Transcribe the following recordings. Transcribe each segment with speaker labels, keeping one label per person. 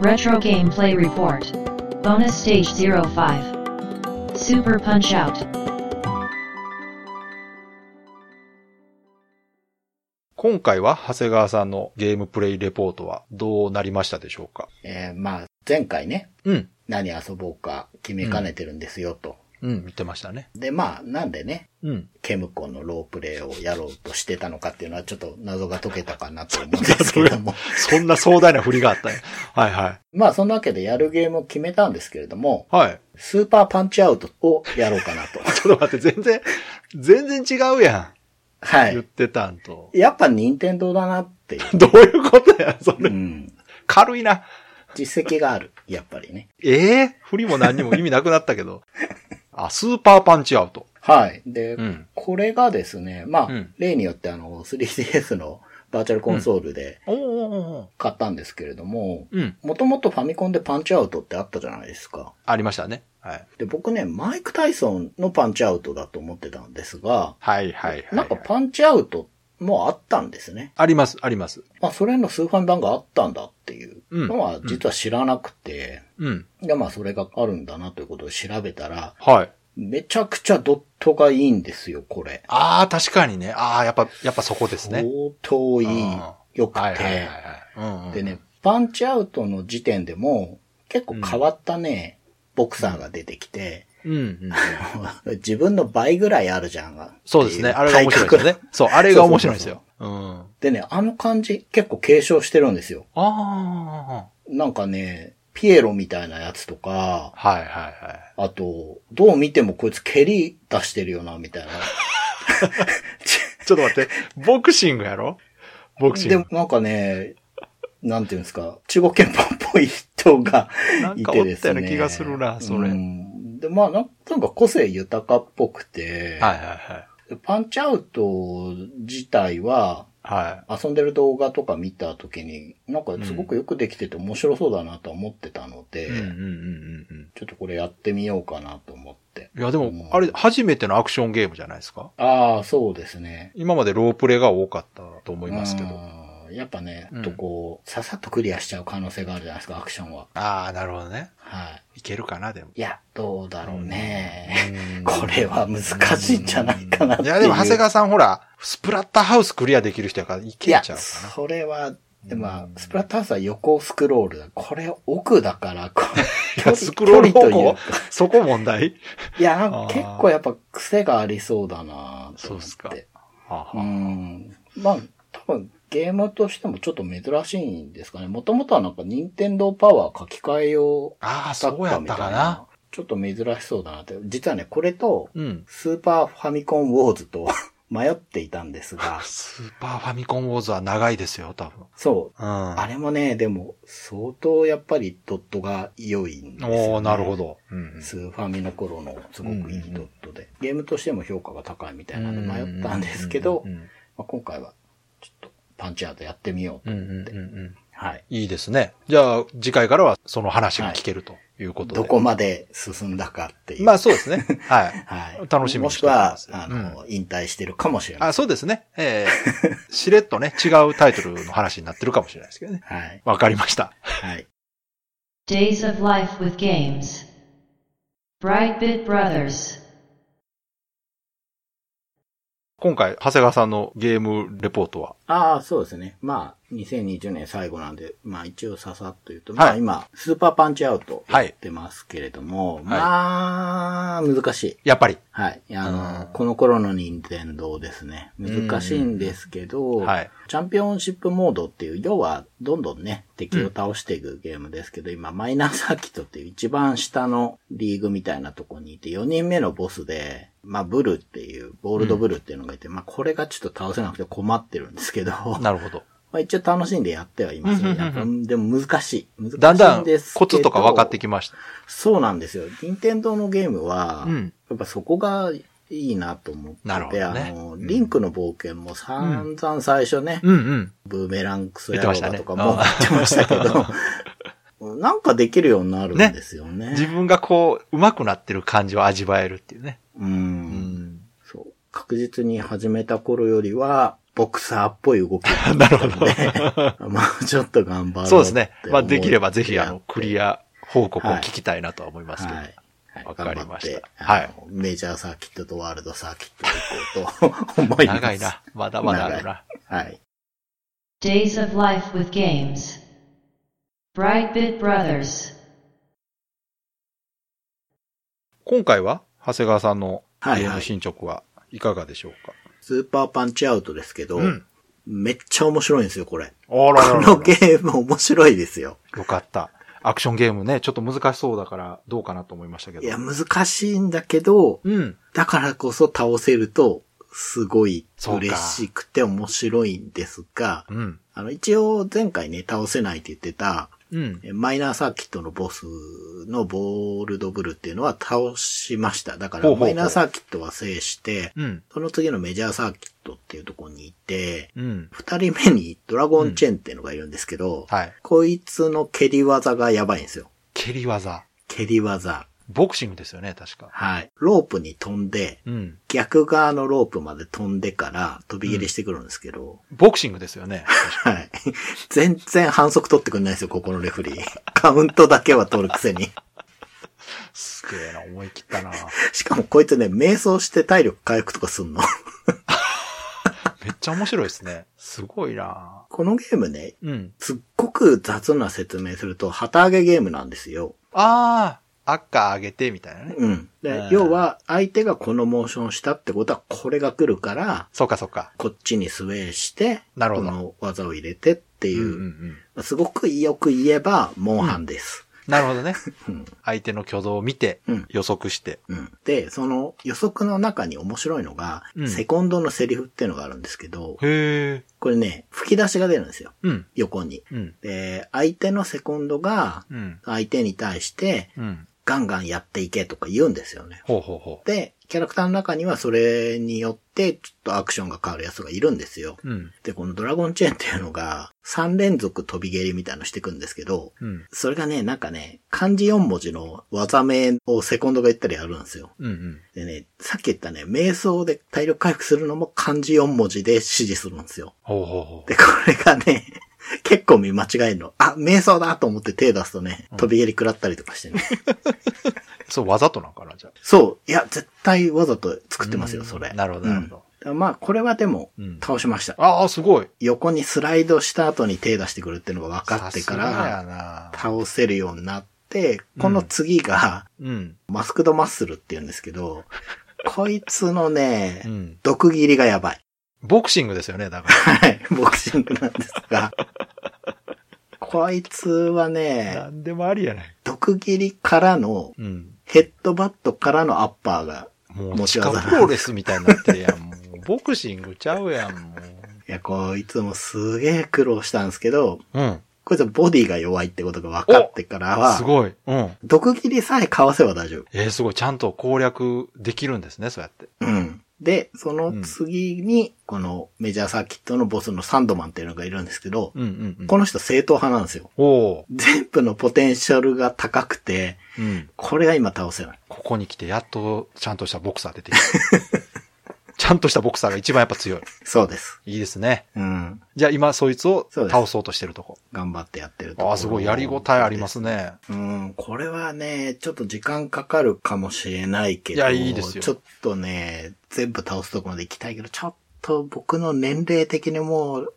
Speaker 1: Retro Gameplay Report. Bonus Stage 05. Super Punch Out.
Speaker 2: 今回は長谷川さんのゲームプレイレポートはどうなりましたでしょうか
Speaker 3: えーまあ、前回ね、
Speaker 2: うん。
Speaker 3: 何遊ぼうか決めかねてるんですよと。
Speaker 2: うん、見てましたね。
Speaker 3: で、まあ、なんでね、
Speaker 2: うん。
Speaker 3: ケムコンのロープレイをやろうとしてたのかっていうのはちょっと謎が解けたかなと思うんですけども。
Speaker 2: そんな壮大な振りがあったね。はいはい。
Speaker 3: まあ、そんなわけでやるゲームを決めたんですけれども、
Speaker 2: はい。
Speaker 3: スーパーパンチアウトをやろうかな と。
Speaker 2: ちょっと待って、全然、全然違うや
Speaker 3: は
Speaker 2: ん。言っ
Speaker 3: い。
Speaker 2: てたんと。
Speaker 3: やっぱ任天堂だなっていう。
Speaker 2: どういうことや、 そうれ。
Speaker 3: ん。
Speaker 2: 軽いな。
Speaker 3: 実績がある。やっぱりね。
Speaker 2: ええ振りも何にも意味なくなったけ ど。あ、スーパーパンチアウト。
Speaker 3: はい。で、
Speaker 2: うん
Speaker 3: これがですね、まあ、
Speaker 2: うん
Speaker 3: 例によってあの、3DS のバーチャルコンソールで
Speaker 2: おーおーおーおー
Speaker 3: 買ったんですけれども、
Speaker 2: うん。
Speaker 3: もともとファミコンでパンチアウトってあったじゃないですか。
Speaker 2: ありましたね。はい。
Speaker 3: で、僕ね、マイク・タイソンのパンチアウトだと思ってたんですが、
Speaker 2: はいはいはいはい。
Speaker 3: なんかパンチアウトもあったんですね。
Speaker 2: あります、あります。
Speaker 3: まあ、それのスーファミ版があったんだっていうのは実は知らなくて、
Speaker 2: うん。
Speaker 3: で、まあ、それがあるんだなということを調べたら、
Speaker 2: はい。
Speaker 3: めちゃくちゃドットがいいんですよ、これ。
Speaker 2: ああ、確かにね。ああ、やっぱ、やっぱそこですね
Speaker 3: 相。当いい
Speaker 2: あ、
Speaker 3: 良くて、
Speaker 2: はいはいはいはい。うんうん
Speaker 3: でね、パンチアウトの時点でも、結構変わったね、ボクサーが出てきて、
Speaker 2: うんうん。
Speaker 3: 自分の倍ぐらいあるじゃんが。
Speaker 2: そうですね。
Speaker 3: ってい
Speaker 2: あれが面白いですよ
Speaker 3: 体
Speaker 2: ね
Speaker 3: 格。
Speaker 2: そう、あれが面白いんですよ。うん。あ
Speaker 3: でね、あの感じ結構継承してるんですよ。
Speaker 2: あ
Speaker 3: なんかね、ピエロみたいなやつとか
Speaker 2: ー。、はいはいはい。
Speaker 3: あと、どう見てもこいつ蹴り出してるよな、みたいな。
Speaker 2: ちょっと待って。ボクシングやろボクシ
Speaker 3: で
Speaker 2: ン
Speaker 3: も
Speaker 2: グ。
Speaker 3: なんかね、なんていうんですか、中国拳法っぽい人が
Speaker 2: なん
Speaker 3: い
Speaker 2: か
Speaker 3: て
Speaker 2: おっ
Speaker 3: で
Speaker 2: た
Speaker 3: す
Speaker 2: よう
Speaker 3: ね。
Speaker 2: な気がするな、それ。
Speaker 3: う
Speaker 2: はい
Speaker 3: んで、まあなん、なんか個性豊かっぽくて、
Speaker 2: はいはい。
Speaker 3: パンチアウト自体は、
Speaker 2: はい。
Speaker 3: 遊んでる動画とか見た時に、なんかすごくよくできてて面白そうだなと思ってたので、
Speaker 2: うんうんうんうん
Speaker 3: ちょっとこれやってみようかなと思って。
Speaker 2: うん。いやでも、あれ、初めてのアクションゲームじゃないですか
Speaker 3: ああ、そうですね。
Speaker 2: 今までロープレが多かったと思いますけ
Speaker 3: う
Speaker 2: ど。
Speaker 3: ーんやっぱね、
Speaker 2: うん
Speaker 3: とこう、ささっとクリアしちゃう可能性があるじゃないですか、アクションは。
Speaker 2: ああ、なるほどね。
Speaker 3: はい
Speaker 2: けるかな、でも。
Speaker 3: い。いや、どうだろうね。
Speaker 2: うん
Speaker 3: これは難しいんじゃないかなって
Speaker 2: い
Speaker 3: いう。
Speaker 2: や、でも、長谷川さん、ほら、スプラッターハウスクリアできる人やから、いけ
Speaker 3: い
Speaker 2: ちゃ
Speaker 3: や
Speaker 2: うかな。
Speaker 3: それは、でもまあ
Speaker 2: うん
Speaker 3: スプラッターさん横スクロールだ。これ奥だから、こ
Speaker 2: いや、スクロール 方
Speaker 3: 距離という
Speaker 2: 向
Speaker 3: か
Speaker 2: そこ問題
Speaker 3: いや、なんか
Speaker 2: あー
Speaker 3: 結構やっぱ癖がありそうだなと思って
Speaker 2: そうっすかはあ
Speaker 3: う
Speaker 2: は
Speaker 3: ん。まあ、多分ゲームとしてもちょっと珍しいんですかね。もともとはなんか任天堂パワー書き換えよう
Speaker 2: ああ、
Speaker 3: だ
Speaker 2: そう
Speaker 3: っ
Speaker 2: や
Speaker 3: た
Speaker 2: っ
Speaker 3: み
Speaker 2: た
Speaker 3: た
Speaker 2: か
Speaker 3: いな
Speaker 2: な。。
Speaker 3: ちょっと珍しそうだなって。実はね、これと、
Speaker 2: うん。
Speaker 3: スーパーファミコンウォーズと 迷っていたんですが、
Speaker 2: スーパーファミコンウォーズは長いですよ、多分。
Speaker 3: そう。
Speaker 2: うん。
Speaker 3: あれもね、でも、相当やっぱりドットが良いんですよ、ね。
Speaker 2: おおなるほど。うん
Speaker 3: スーファミの頃のすごくいいドットで、ゲームとしても評価が高いみたいなんで迷ったんですけど、
Speaker 2: う
Speaker 3: ま
Speaker 2: ん
Speaker 3: あ、今回はちょっとパンチアウトやってみよう
Speaker 2: うん
Speaker 3: と
Speaker 2: うん
Speaker 3: 思って、
Speaker 2: うんうん。
Speaker 3: はい。
Speaker 2: いいですね。じゃあ、次回からはその話が聞けるということで。
Speaker 3: どこまで進んだかっていう。
Speaker 2: まあ、そうですね。 はい。
Speaker 3: はい。
Speaker 2: 楽しみ
Speaker 3: も
Speaker 2: に
Speaker 3: し
Speaker 2: し
Speaker 3: く
Speaker 2: ており
Speaker 3: は
Speaker 2: ます、
Speaker 3: あの、引退してるかもしれない。
Speaker 2: あ、そうですね。ええしれっとね、違うタイトルの話になってるかもしれないですけどね。
Speaker 3: はい。
Speaker 2: わかりました。
Speaker 3: はい。
Speaker 1: Days of Life with Games. Brightbit Brothers.
Speaker 2: 今回、長谷川さんのゲームレポートは、
Speaker 3: ああ、そうですね。まあ、2020年最後なんで、まあ一応ささっと言うと、
Speaker 2: はい
Speaker 3: まあ今、スーパーパンチアウト
Speaker 2: は
Speaker 3: や
Speaker 2: い
Speaker 3: ってますけれども、まあ、難しい。
Speaker 2: やっぱり。
Speaker 3: はい。あの、
Speaker 2: うん
Speaker 3: この頃の任天堂ですね。難しいんですけど、
Speaker 2: うんはい
Speaker 3: チャンピオンシップモードっていう、要はどんどんね、敵を倒していくゲームですけど、今、マイナーサーキットっていう一番下のリーグみたいなとこにいて、4人目のボスで、まあ、ブルっていう、ボールドブルっていうのがいて、まあ、これがちょっと倒せなくて困ってるんですけど、ま
Speaker 2: なるほど。
Speaker 3: あ一応楽しんでやってはいますよ。やっぱでも難しい。難しいんですけど。
Speaker 2: だんだんコツとか分かってきました。
Speaker 3: そうなんですよ。任天堂のゲームは、
Speaker 2: うん
Speaker 3: やっぱそこがいいなと思ってて、
Speaker 2: なるほどね
Speaker 3: あの、リンクの冒険も散々最初ね、
Speaker 2: うんうん。
Speaker 3: ブーメランクス
Speaker 2: 言っ
Speaker 3: や
Speaker 2: てま
Speaker 3: ろう
Speaker 2: した
Speaker 3: だ
Speaker 2: ね
Speaker 3: とかも言ってましたけど、 なんかできるようになるんですよね。
Speaker 2: 自分がこう、上手くなってる感じを味わえるっていうね。
Speaker 3: うん
Speaker 2: うん。
Speaker 3: そう。確実に始めた頃よりは、ボクサーっぽい動きだったん で。
Speaker 2: なるほ
Speaker 3: もうちょっと頑張ろうって思って。
Speaker 2: そうですね。まあ、できればぜひ、あの、クリ
Speaker 3: ア
Speaker 2: ア報告を聞きたいなとは思いますけど。
Speaker 3: はい。はい
Speaker 2: わかりました
Speaker 3: 頑張って
Speaker 2: はい
Speaker 3: あのメジャーサーキットとワールドサーキット行こうと思います。
Speaker 2: 長いな。。まだまだあるな。
Speaker 3: はい。
Speaker 1: Days of Life with Games. Brightbit Brothers.
Speaker 2: 今回は、長谷川さんのゲ
Speaker 3: はい
Speaker 2: ー
Speaker 3: は
Speaker 2: ム
Speaker 3: い
Speaker 2: 進捗はいかがでしょうか、
Speaker 3: スーパーパンチアウトですけど、
Speaker 2: うん
Speaker 3: めっちゃ面白いんですよ、これ。
Speaker 2: あ
Speaker 3: このゲーム面白いですよ。
Speaker 2: よかった。アクションゲームね、ちょっと難しそうだから、どうかなと思いましたけど。
Speaker 3: いや、難しいんだけど、
Speaker 2: うん。
Speaker 3: だからこそ倒せると、すごい
Speaker 2: そうか
Speaker 3: 嬉しくて面白いんですが、
Speaker 2: うん。
Speaker 3: あの、一応前回ね、倒せないって言ってた、
Speaker 2: うん。
Speaker 3: えマイナーサーキットのボスのボールドブルっていうのは倒しました。だか
Speaker 2: ほう
Speaker 3: ら、
Speaker 2: ほうほう
Speaker 3: マイナーサーキットは制して、
Speaker 2: うん。
Speaker 3: その次のメジャーサーキットっていうところにいて、
Speaker 2: うん。
Speaker 3: 二人目にドラゴンチェンっていうのがいるんですけど、
Speaker 2: はい。
Speaker 3: こいつの蹴り技がやばいんですよ。
Speaker 2: 蹴り技。
Speaker 3: 蹴り技。
Speaker 2: ボクシングですよね、確か。
Speaker 3: はい。ロープに飛んで、
Speaker 2: うん。
Speaker 3: 逆側のロープまで飛んでから飛び蹴りしてくるんですけど、
Speaker 2: ボクシングですよ ね。
Speaker 3: はい。全然反則取ってくれないですよ、ここのレフリー。 カウントだけは取るくせに。
Speaker 2: すげえな、思い切ったな。
Speaker 3: しかもこいつね、瞑想して体力回復とかすんの。
Speaker 2: めっちゃ面白いですね。すごいな。
Speaker 3: このゲームね、
Speaker 2: うん。
Speaker 3: すっごく雑な説明すると、旗揚げゲームなんですよ。
Speaker 2: ああ、赤上げて、みたいなね。
Speaker 3: うん。
Speaker 2: う
Speaker 3: で
Speaker 2: ん、
Speaker 3: 要は、相手がこのモーションしたってことは、これが来るから、
Speaker 2: そうか、そうか。
Speaker 3: こっちにスウェーして、
Speaker 2: なるほど
Speaker 3: この技を入れてって
Speaker 2: う
Speaker 3: い
Speaker 2: んう
Speaker 3: う、
Speaker 2: ん。
Speaker 3: すごくよく言えば、モンハンです。
Speaker 2: なるほどね。
Speaker 3: うん。
Speaker 2: 相手の挙動を見て
Speaker 3: うん、
Speaker 2: 予測して。
Speaker 3: うん。で、その予測の中に面白いのが、
Speaker 2: うん
Speaker 3: セコンドのセリフっていうのがあるんですけど、
Speaker 2: へえ。
Speaker 3: これね、吹き出しが出るんですよ。
Speaker 2: うん。
Speaker 3: 横に。
Speaker 2: うん。
Speaker 3: で、相手のセコンドが、
Speaker 2: うん。
Speaker 3: 相手に対して、
Speaker 2: うん。
Speaker 3: ガンガンやっていけとか言うんですよね。
Speaker 2: ほうほうほ
Speaker 3: で、キャラクターの中にはそれによって、ちょっとアクションが変わるやつがいるんですよ。
Speaker 2: う。うん。
Speaker 3: で、このドラゴンチェーンっていうのが、3連続飛び蹴りみたいのしていくんですけど、
Speaker 2: うん。
Speaker 3: それがね、なんかね、漢字4文字の技名をセコンドが言ったりやるんですよ。
Speaker 2: うんうん。
Speaker 3: でね、さっき言ったね、瞑想で体力回復するのも漢字4文字で指示するんですよ。
Speaker 2: ほうほうほう。
Speaker 3: で、これがね、 結構見間違えるの。あ、瞑想だと思って手出すとね、飛び蹴り食らったりとかしてね。
Speaker 2: そう、わざとなんかな、じゃあ。
Speaker 3: そう。いや、絶対わざと作ってますよ、それ。
Speaker 2: なるほど、なるほど。
Speaker 3: うんまあ、これはでも
Speaker 2: うん、
Speaker 3: 倒しました。
Speaker 2: ああ、すごい。
Speaker 3: 横にスライドした後に手出してくるっていうのが分かって
Speaker 2: さ
Speaker 3: か
Speaker 2: すがや
Speaker 3: ら、
Speaker 2: な
Speaker 3: 倒せるようになって、この次が、
Speaker 2: うん。
Speaker 3: マスクドマッスルって言うんですけど、こいつのね
Speaker 2: う、ん。
Speaker 3: 毒斬りがやばい。
Speaker 2: ボクシングですよね、だから。
Speaker 3: はい、ボクシングなんですが。こいつはね、
Speaker 2: んでもありやない。
Speaker 3: 毒斬りからの、
Speaker 2: うん。
Speaker 3: ヘッドバットからのアッパーが、
Speaker 2: もう、
Speaker 3: 持ち
Speaker 2: 地下
Speaker 3: 技
Speaker 2: プロレスみたいになってるやん。もう、ボクシングちゃうやん、も
Speaker 3: いや、こいつもすげえ苦労したんですけど、
Speaker 2: う。うん。
Speaker 3: こいつはボディが弱いってことが分かってから
Speaker 2: す
Speaker 3: は、
Speaker 2: ごい。うん。
Speaker 3: 毒斬りさえかわせば大丈夫。
Speaker 2: えー、すごい。ちゃんと攻略できるんですね、そうやって。
Speaker 3: うん。で、その次に、このメジャーサーキットのボスのサンドマンっていうのがいるんですけど、
Speaker 2: うんうんうん。
Speaker 3: この人正統派なんですよ。
Speaker 2: おー
Speaker 3: 全部のポテンシャルが高くて、
Speaker 2: うん。
Speaker 3: これが今倒せない。
Speaker 2: ここに来て、やっと、ちゃんとしたボクサー出てきた。ちゃんとしたボ クサーが一番やっぱ強い。
Speaker 3: そうです。
Speaker 2: いいですね。
Speaker 3: うん。
Speaker 2: じゃあ今、そいつを
Speaker 3: そうです
Speaker 2: 倒そうとしてるとこ。
Speaker 3: 頑張ってやってるところ
Speaker 2: ああ、すごい。やりごたえありますね。
Speaker 3: うん、これはね、ちょっと時間かかるかもしれないけど。
Speaker 2: いやいいですよ
Speaker 3: ちょっとね、全部倒すとこまで行きたいけど、ちょっと僕の年齢的にもう、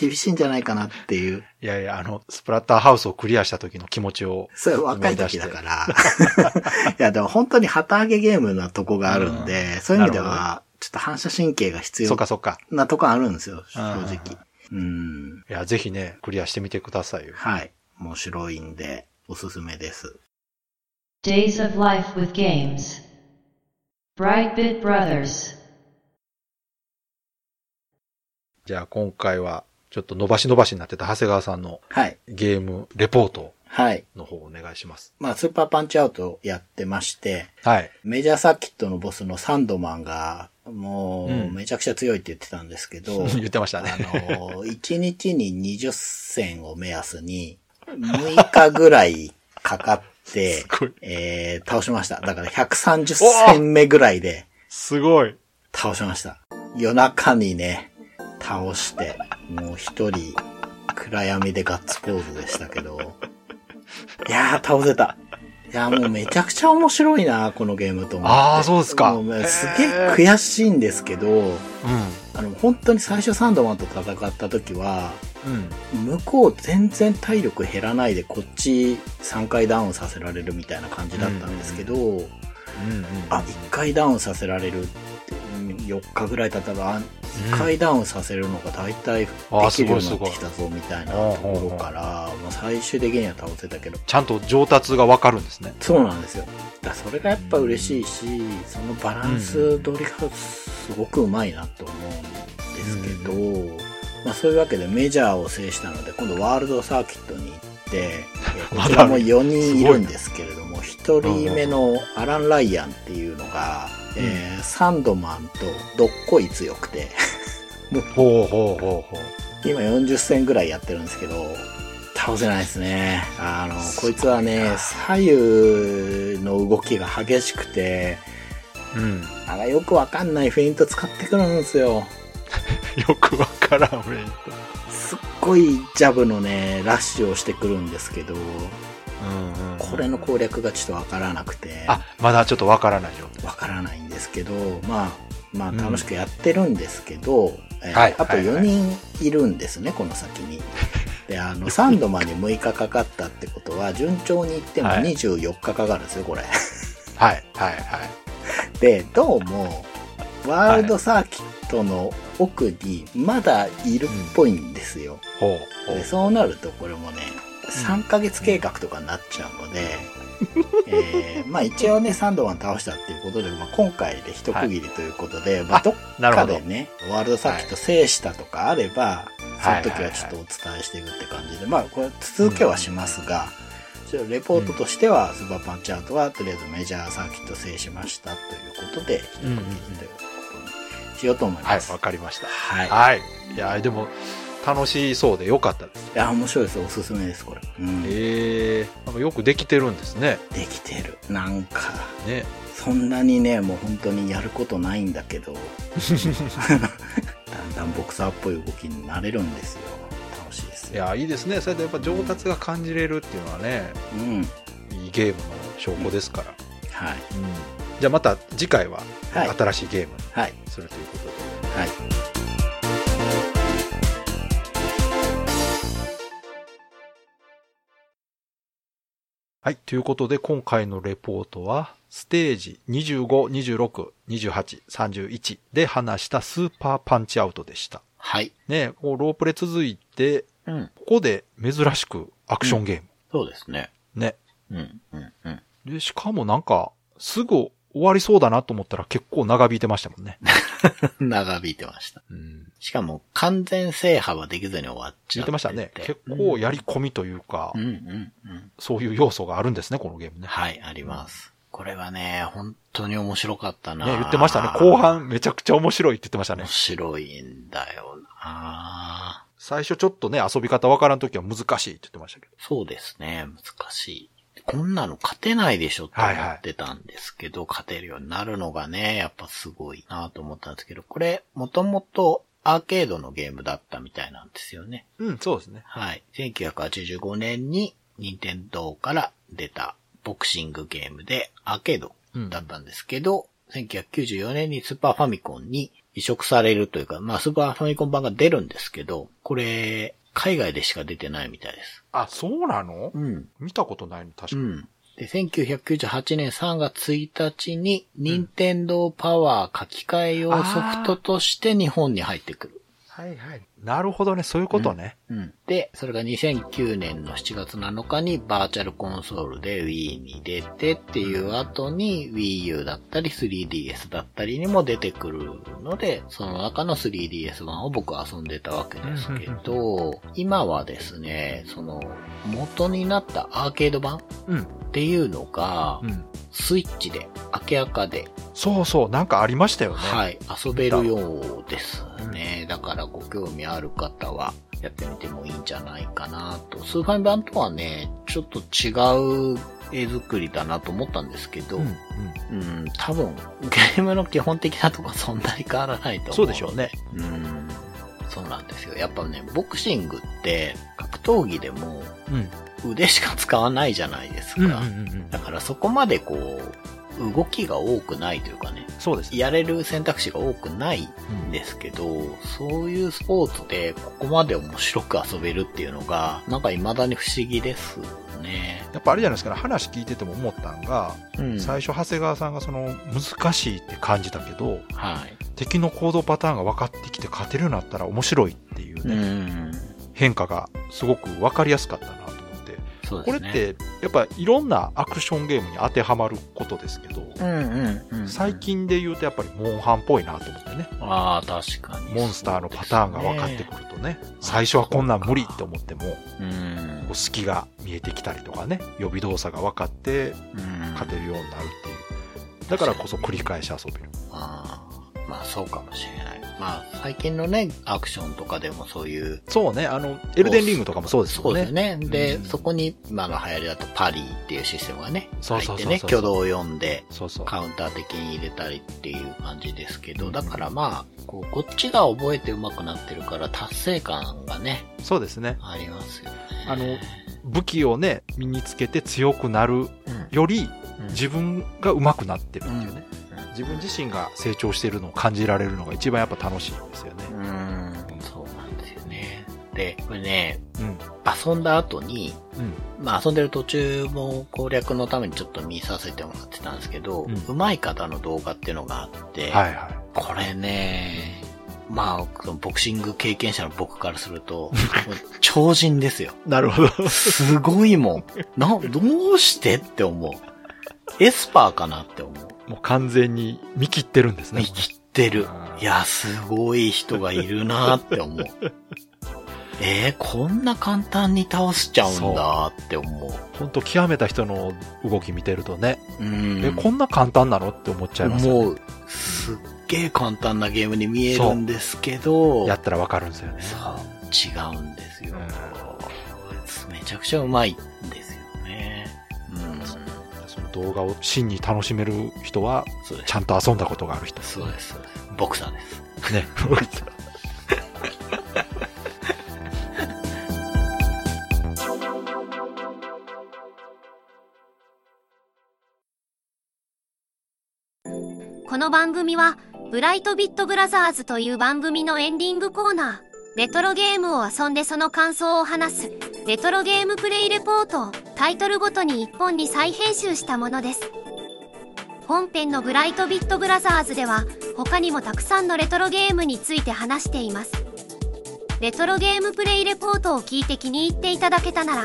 Speaker 3: 厳しいんじゃないかなっていう。
Speaker 2: いやいや、あの、スプラッターハウスをクリアした時の気持ちを。
Speaker 3: それ若い時だから。 いや、でも本当に旗揚げゲームなとこがあるんで、そういう意味で
Speaker 2: なるほ
Speaker 3: は、ちょっと反射神経が必
Speaker 2: そ
Speaker 3: 要
Speaker 2: っかそっか。
Speaker 3: なとこあるんですよ、正
Speaker 2: うん
Speaker 3: 直。うん。
Speaker 2: いや、ぜひね、クリアしてみてくださいよ。
Speaker 3: はい。面白いんで、おすすめです。
Speaker 1: Days of Life with Games. Brightbit Brothers.
Speaker 2: じゃあ今回は、ちょっと伸ばし伸ばしになってた長谷川さんの
Speaker 3: はい。
Speaker 2: ゲームレポート
Speaker 3: はい。
Speaker 2: の方お願いします。
Speaker 3: まあ、スーパーパンチアウトやってまして、
Speaker 2: はい。
Speaker 3: メジャーサーキットのボスのサンドマンが、も
Speaker 2: うん
Speaker 3: う、めちゃくちゃ強いって言ってたんです けど、
Speaker 2: 言ってました
Speaker 3: あ
Speaker 2: ね。
Speaker 3: の、1日に20戦を目安に、6日ぐらいかかっ て
Speaker 2: すごい、
Speaker 3: えー、倒しました。だから130戦目ぐらいです
Speaker 2: ごい。
Speaker 3: 倒しました。夜中にね、倒して、もう一人、暗闇でガッツポーズでしたけど。いやー、倒せた。いやーもうめちゃくちゃ面白いな、このゲームと思って。
Speaker 2: あーそうですか
Speaker 3: もうすげ
Speaker 2: へ
Speaker 3: え
Speaker 2: ー
Speaker 3: 悔しいんですけど、
Speaker 2: う
Speaker 3: あの、本当に最初サンドマンと戦った時は、
Speaker 2: ん。うん。
Speaker 3: 向こう全然体力減らないでこっち3回ダウンさせられるみたいな感じだったんですけど、
Speaker 2: うん、うん。
Speaker 3: あ、1回ダウンさせられるって、4日ぐらい経ったら、あ1回ダウンさせるのが大体で
Speaker 2: あ
Speaker 3: き
Speaker 2: す
Speaker 3: るよ
Speaker 2: ご
Speaker 3: う
Speaker 2: い
Speaker 3: に
Speaker 2: す
Speaker 3: なっ
Speaker 2: ご
Speaker 3: て
Speaker 2: い
Speaker 3: きたぞみたいなところから、まあ、最終的には倒せたけど、
Speaker 2: ちゃんと上達がわかるんですね。
Speaker 3: そうなんですよ。だからそれがやっぱ嬉しいし、そのバランス取りがすごくうまいなと思うんですけど、まあそういうわけでメジャーを制したので、今度ワールドサーキットに行って、え ーこちらも4人いるんですけれども、1人目のアラン・ライアンっていうのが、えーサンドマンとどっこい強くて、
Speaker 2: ほうほうほうほう。
Speaker 3: 今40戦ぐらいやってるんですけど、倒せないですね。あの、こいつはね、左右の動きが激しくて、
Speaker 2: うん。
Speaker 3: なんかよくわかんないフェイント使ってくるんですよ。
Speaker 2: よくわからん、メインと。
Speaker 3: すっごいジャブのね、ラッシュをしてくるんですけど、
Speaker 2: うん、うん。
Speaker 3: これの攻略がちょっとわからなくて、
Speaker 2: あ、まだちょっとわからない状態。
Speaker 3: わからないんですけど、まあ、まあ
Speaker 2: うん
Speaker 3: 楽しくやってるんですけど、えー
Speaker 2: はい
Speaker 3: あと
Speaker 2: はいはい
Speaker 3: 4人いるんですね、この先に。で、あの、サンドマンに6日かかったってことは、順調にいっても
Speaker 2: はい
Speaker 3: 24日かかるんですよ、これ。
Speaker 2: はい、はい、はい。
Speaker 3: で、どうも、ワールドサーキットの奥にまだいるっぽいんですよ。
Speaker 2: ほうほ
Speaker 3: で
Speaker 2: う。
Speaker 3: そうなるとこれもね3ヶ月計画とかになっちゃうので、 えーまあ一応ねサンドマン倒したっていうことで、まあ、今回で一区切りということで、まあ、
Speaker 2: あ
Speaker 3: どっ
Speaker 2: なる
Speaker 3: か
Speaker 2: ほど
Speaker 3: で。ねワールドサーキット制したとかあれば、
Speaker 2: はい
Speaker 3: その時はちょっとお伝えしていくって感じで、まあこれ続けはしますが、ちょっとレポートとしては、スーパーパンチャートはとりあえずメジャーサーキット制しましたということで一区切りということにしようと思い
Speaker 2: は
Speaker 3: ま
Speaker 2: い、
Speaker 3: す。
Speaker 2: わかりました。
Speaker 3: はい
Speaker 2: はい。いや、でも、楽しそうでよかったです。
Speaker 3: いや面白いですおすすめですこれ。うん
Speaker 2: ええなんかよくできてるんですね。
Speaker 3: できてるなんか
Speaker 2: ね。
Speaker 3: そんなにねもう本当にやることないんだけ どだんだんボクサーっぽい動きになれるんですよ楽しいです
Speaker 2: い
Speaker 3: よ、
Speaker 2: や、いいですね。それでやっぱ上達が感じれるっていうのはね、
Speaker 3: うん
Speaker 2: いいゲームの証拠ですから。
Speaker 3: はい
Speaker 2: うん。じゃあまた次回は
Speaker 3: はい
Speaker 2: 新しいゲームに
Speaker 3: はい
Speaker 2: するということで。
Speaker 3: はい
Speaker 2: はい。ということで、今回のレポートは、ステージ25、26、28、31で話したスーパーパンチアウトでした。
Speaker 3: はい
Speaker 2: ねこうロープレ続いて、
Speaker 3: うん
Speaker 2: ここで珍しくアクションゲーム。
Speaker 3: そうですね
Speaker 2: ね。
Speaker 3: うんうんうん
Speaker 2: で、しかもなんか、すぐ終わりそうだなと思ったら結構長引いてましたもんね。
Speaker 3: 長引いてました
Speaker 2: うん。
Speaker 3: しかも完全制覇はできずに終わっち
Speaker 2: 言っ
Speaker 3: ゃってて
Speaker 2: ましたね。結構やり込みというか、
Speaker 3: うんうんうん
Speaker 2: そういう要素があるんですね、このゲームね。
Speaker 3: はいありますこれはね本当に面白かったな
Speaker 2: ね、言ってましたね。後半めちゃくちゃ面白いって言ってましたね
Speaker 3: 面。白いんだよな
Speaker 2: 最初ちょっとね、遊び方わからんときは難しいって言ってましたけど。
Speaker 3: そうですね、難しい。こんなの勝てないでしょって思ってたんですけど、勝てるようになるのがね、やっぱすごいなと思ったんですけど、これ、もともとアーケードのゲームだったみたいなんですよね。
Speaker 2: うん、そうですね。
Speaker 3: はい。1985年に任天堂から出たボクシングゲームでアーケードだったんですけど、1994年にスーパーファミコンに移植されるというか、まあスーパーファミコン版が出るんですけど、これ、海外でしか出てないみたいです。
Speaker 2: あ、そうなの
Speaker 3: うん。
Speaker 2: 見たことないの、確か
Speaker 3: う
Speaker 2: に。
Speaker 3: ん。で、1998年3月1日に、任天堂パワー書き換え用ソフトとして日本に入ってくる。
Speaker 2: はいはい。なるほどね、そういうことね。
Speaker 3: うん。で、それが2009年の7月7日にバーチャルコンソールで Wii に出てっていう後に Wii U だったり 3DS だったりにも出てくるので、その中の 3DS 版を僕は遊んでたわけですけど、今はですね、その元になったアーケード版っ
Speaker 2: うん。
Speaker 3: ていうのが
Speaker 2: う、ん。
Speaker 3: スイッチで、明け明かで、
Speaker 2: そうそう、なんかありましたよね。
Speaker 3: はい、遊べるようですね。だからご興味ある方は、やってみてもいいんじゃないかなと。スーファミ版とはね、ちょっと違う絵作りだなと思ったんですけど、
Speaker 2: う、
Speaker 3: うん
Speaker 2: うん
Speaker 3: ん、。多分、ゲームの基本的なとこはそんなに変わらないと思う。
Speaker 2: そうでしょうね。
Speaker 3: うん。そうなんですよ。やっぱね、ボクシングって格闘技でも
Speaker 2: うん。
Speaker 3: 腕しか使わないじゃないですか。
Speaker 2: うんうん
Speaker 3: だからそこまでこう、動きが多くないというかね、
Speaker 2: そうですね。
Speaker 3: やれる選択肢が多くないんですけど、そういうスポーツでここまで面白く遊べるっていうのが、なんか未だに不思議ですね。
Speaker 2: やっぱあれじゃないですかね、話聞いてても思ったんが、
Speaker 3: うん。
Speaker 2: 最初長谷川さんがその難しいって感じたけど、
Speaker 3: はい。
Speaker 2: 敵の行動パターンが分かってきて勝てるようになったら面白いっていう
Speaker 3: う
Speaker 2: ね、
Speaker 3: ん。
Speaker 2: 変化がすごく分かりやすかったなと思って、
Speaker 3: そう
Speaker 2: これ
Speaker 3: です
Speaker 2: っ
Speaker 3: ね。
Speaker 2: てやっぱいろんなアクションゲームに当てはまることですけど、
Speaker 3: うんうんうん。
Speaker 2: 最。近で言うとやっぱりモンハンっぽいなと思ってね、
Speaker 3: ああ、確かに。
Speaker 2: モンスターのパターンが分かってくるとね、最初はこんなん無理って思っても、
Speaker 3: うん
Speaker 2: こう。隙が見えてきたりとかね、予備動作が分かって
Speaker 3: うん
Speaker 2: 勝てるようになるっていう。だからこそ繰り返し遊べる。
Speaker 3: あーまあそうかもしれない。まあ最近のね、アクションとかでもそういう。
Speaker 2: そうね、あの、エルデンリングとかもそうです
Speaker 3: そ
Speaker 2: よ
Speaker 3: うです
Speaker 2: ね。
Speaker 3: ね。で、
Speaker 2: うん
Speaker 3: そこに今の流行りだとパリーっていうシステムがね、
Speaker 2: そう
Speaker 3: 入
Speaker 2: そうそう
Speaker 3: っ
Speaker 2: そう
Speaker 3: てね、挙動を読んで、
Speaker 2: そうそう。
Speaker 3: カウンター的に入れたりっていう感じですけど、だからまあ、こうこっちが覚えて上手くなってるから達成感がね、
Speaker 2: そうですね。
Speaker 3: ありますよね。
Speaker 2: あの武器をね、身につけて強くなる
Speaker 3: うん、
Speaker 2: より、
Speaker 3: うん
Speaker 2: 自分が上手くなってるっていうね。
Speaker 3: うん
Speaker 2: 自分自身が成長してるのを感じられるのが一番やっぱ楽しいんですよね。
Speaker 3: うーん、そうなんですよね。で、これね、
Speaker 2: うん。
Speaker 3: 遊んだ後に、
Speaker 2: うん。
Speaker 3: まあ遊んでる途中も攻略のためにちょっと見させてもらってたんですけど、
Speaker 2: うん
Speaker 3: うまい方の動画っていうのがあって、
Speaker 2: はいは
Speaker 3: これね、まあ、そのボクシング経験者の僕からす ると、もう超人ですよ。
Speaker 2: い。なるほど。
Speaker 3: すごいもん。な、どうしてって思う。エスパーかなって思う。
Speaker 2: もう完全に見切ってるんですね
Speaker 3: 見。切ってる
Speaker 2: あ。ー
Speaker 3: いや、すごい人がいるなって思う。えー、こんな簡単に倒しちゃうんだって思う。
Speaker 2: ほんと極めた人の動き見てるとね、
Speaker 3: うん。
Speaker 2: え、こんな簡単なのって思っちゃいますよ
Speaker 3: も
Speaker 2: ね。
Speaker 3: う、すっげえ簡単なゲームに見えるんですけど、
Speaker 2: やったらわかるんですよね。
Speaker 3: そう、違うんですよ
Speaker 2: う。
Speaker 3: めちゃくちゃうまいんですよね。うん。
Speaker 2: その動画を真に楽しめる人は、
Speaker 3: そうで
Speaker 2: ちゃんと遊んだことがある人。
Speaker 3: す。そうです、そうです。ボクサーです。
Speaker 2: ね。
Speaker 4: この番組は、ブライトビットブラザーズという番組のエンディングコーナー、レトロゲームを遊んでその感想を話す、レトロゲームプレイレポートをタイトルごとに1本に再編集したものです。本編のブライトビットブラザーズでは、他にもたくさんのレトロゲームについて話しています。レトロゲームプレイレポートを聞いて気に入っていただけたなら、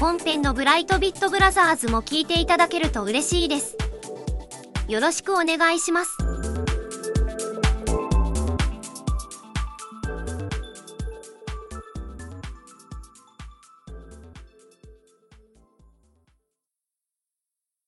Speaker 4: 本編のブライトビットブラザーズも聞いていただけると嬉しいです。よろしくお願いします。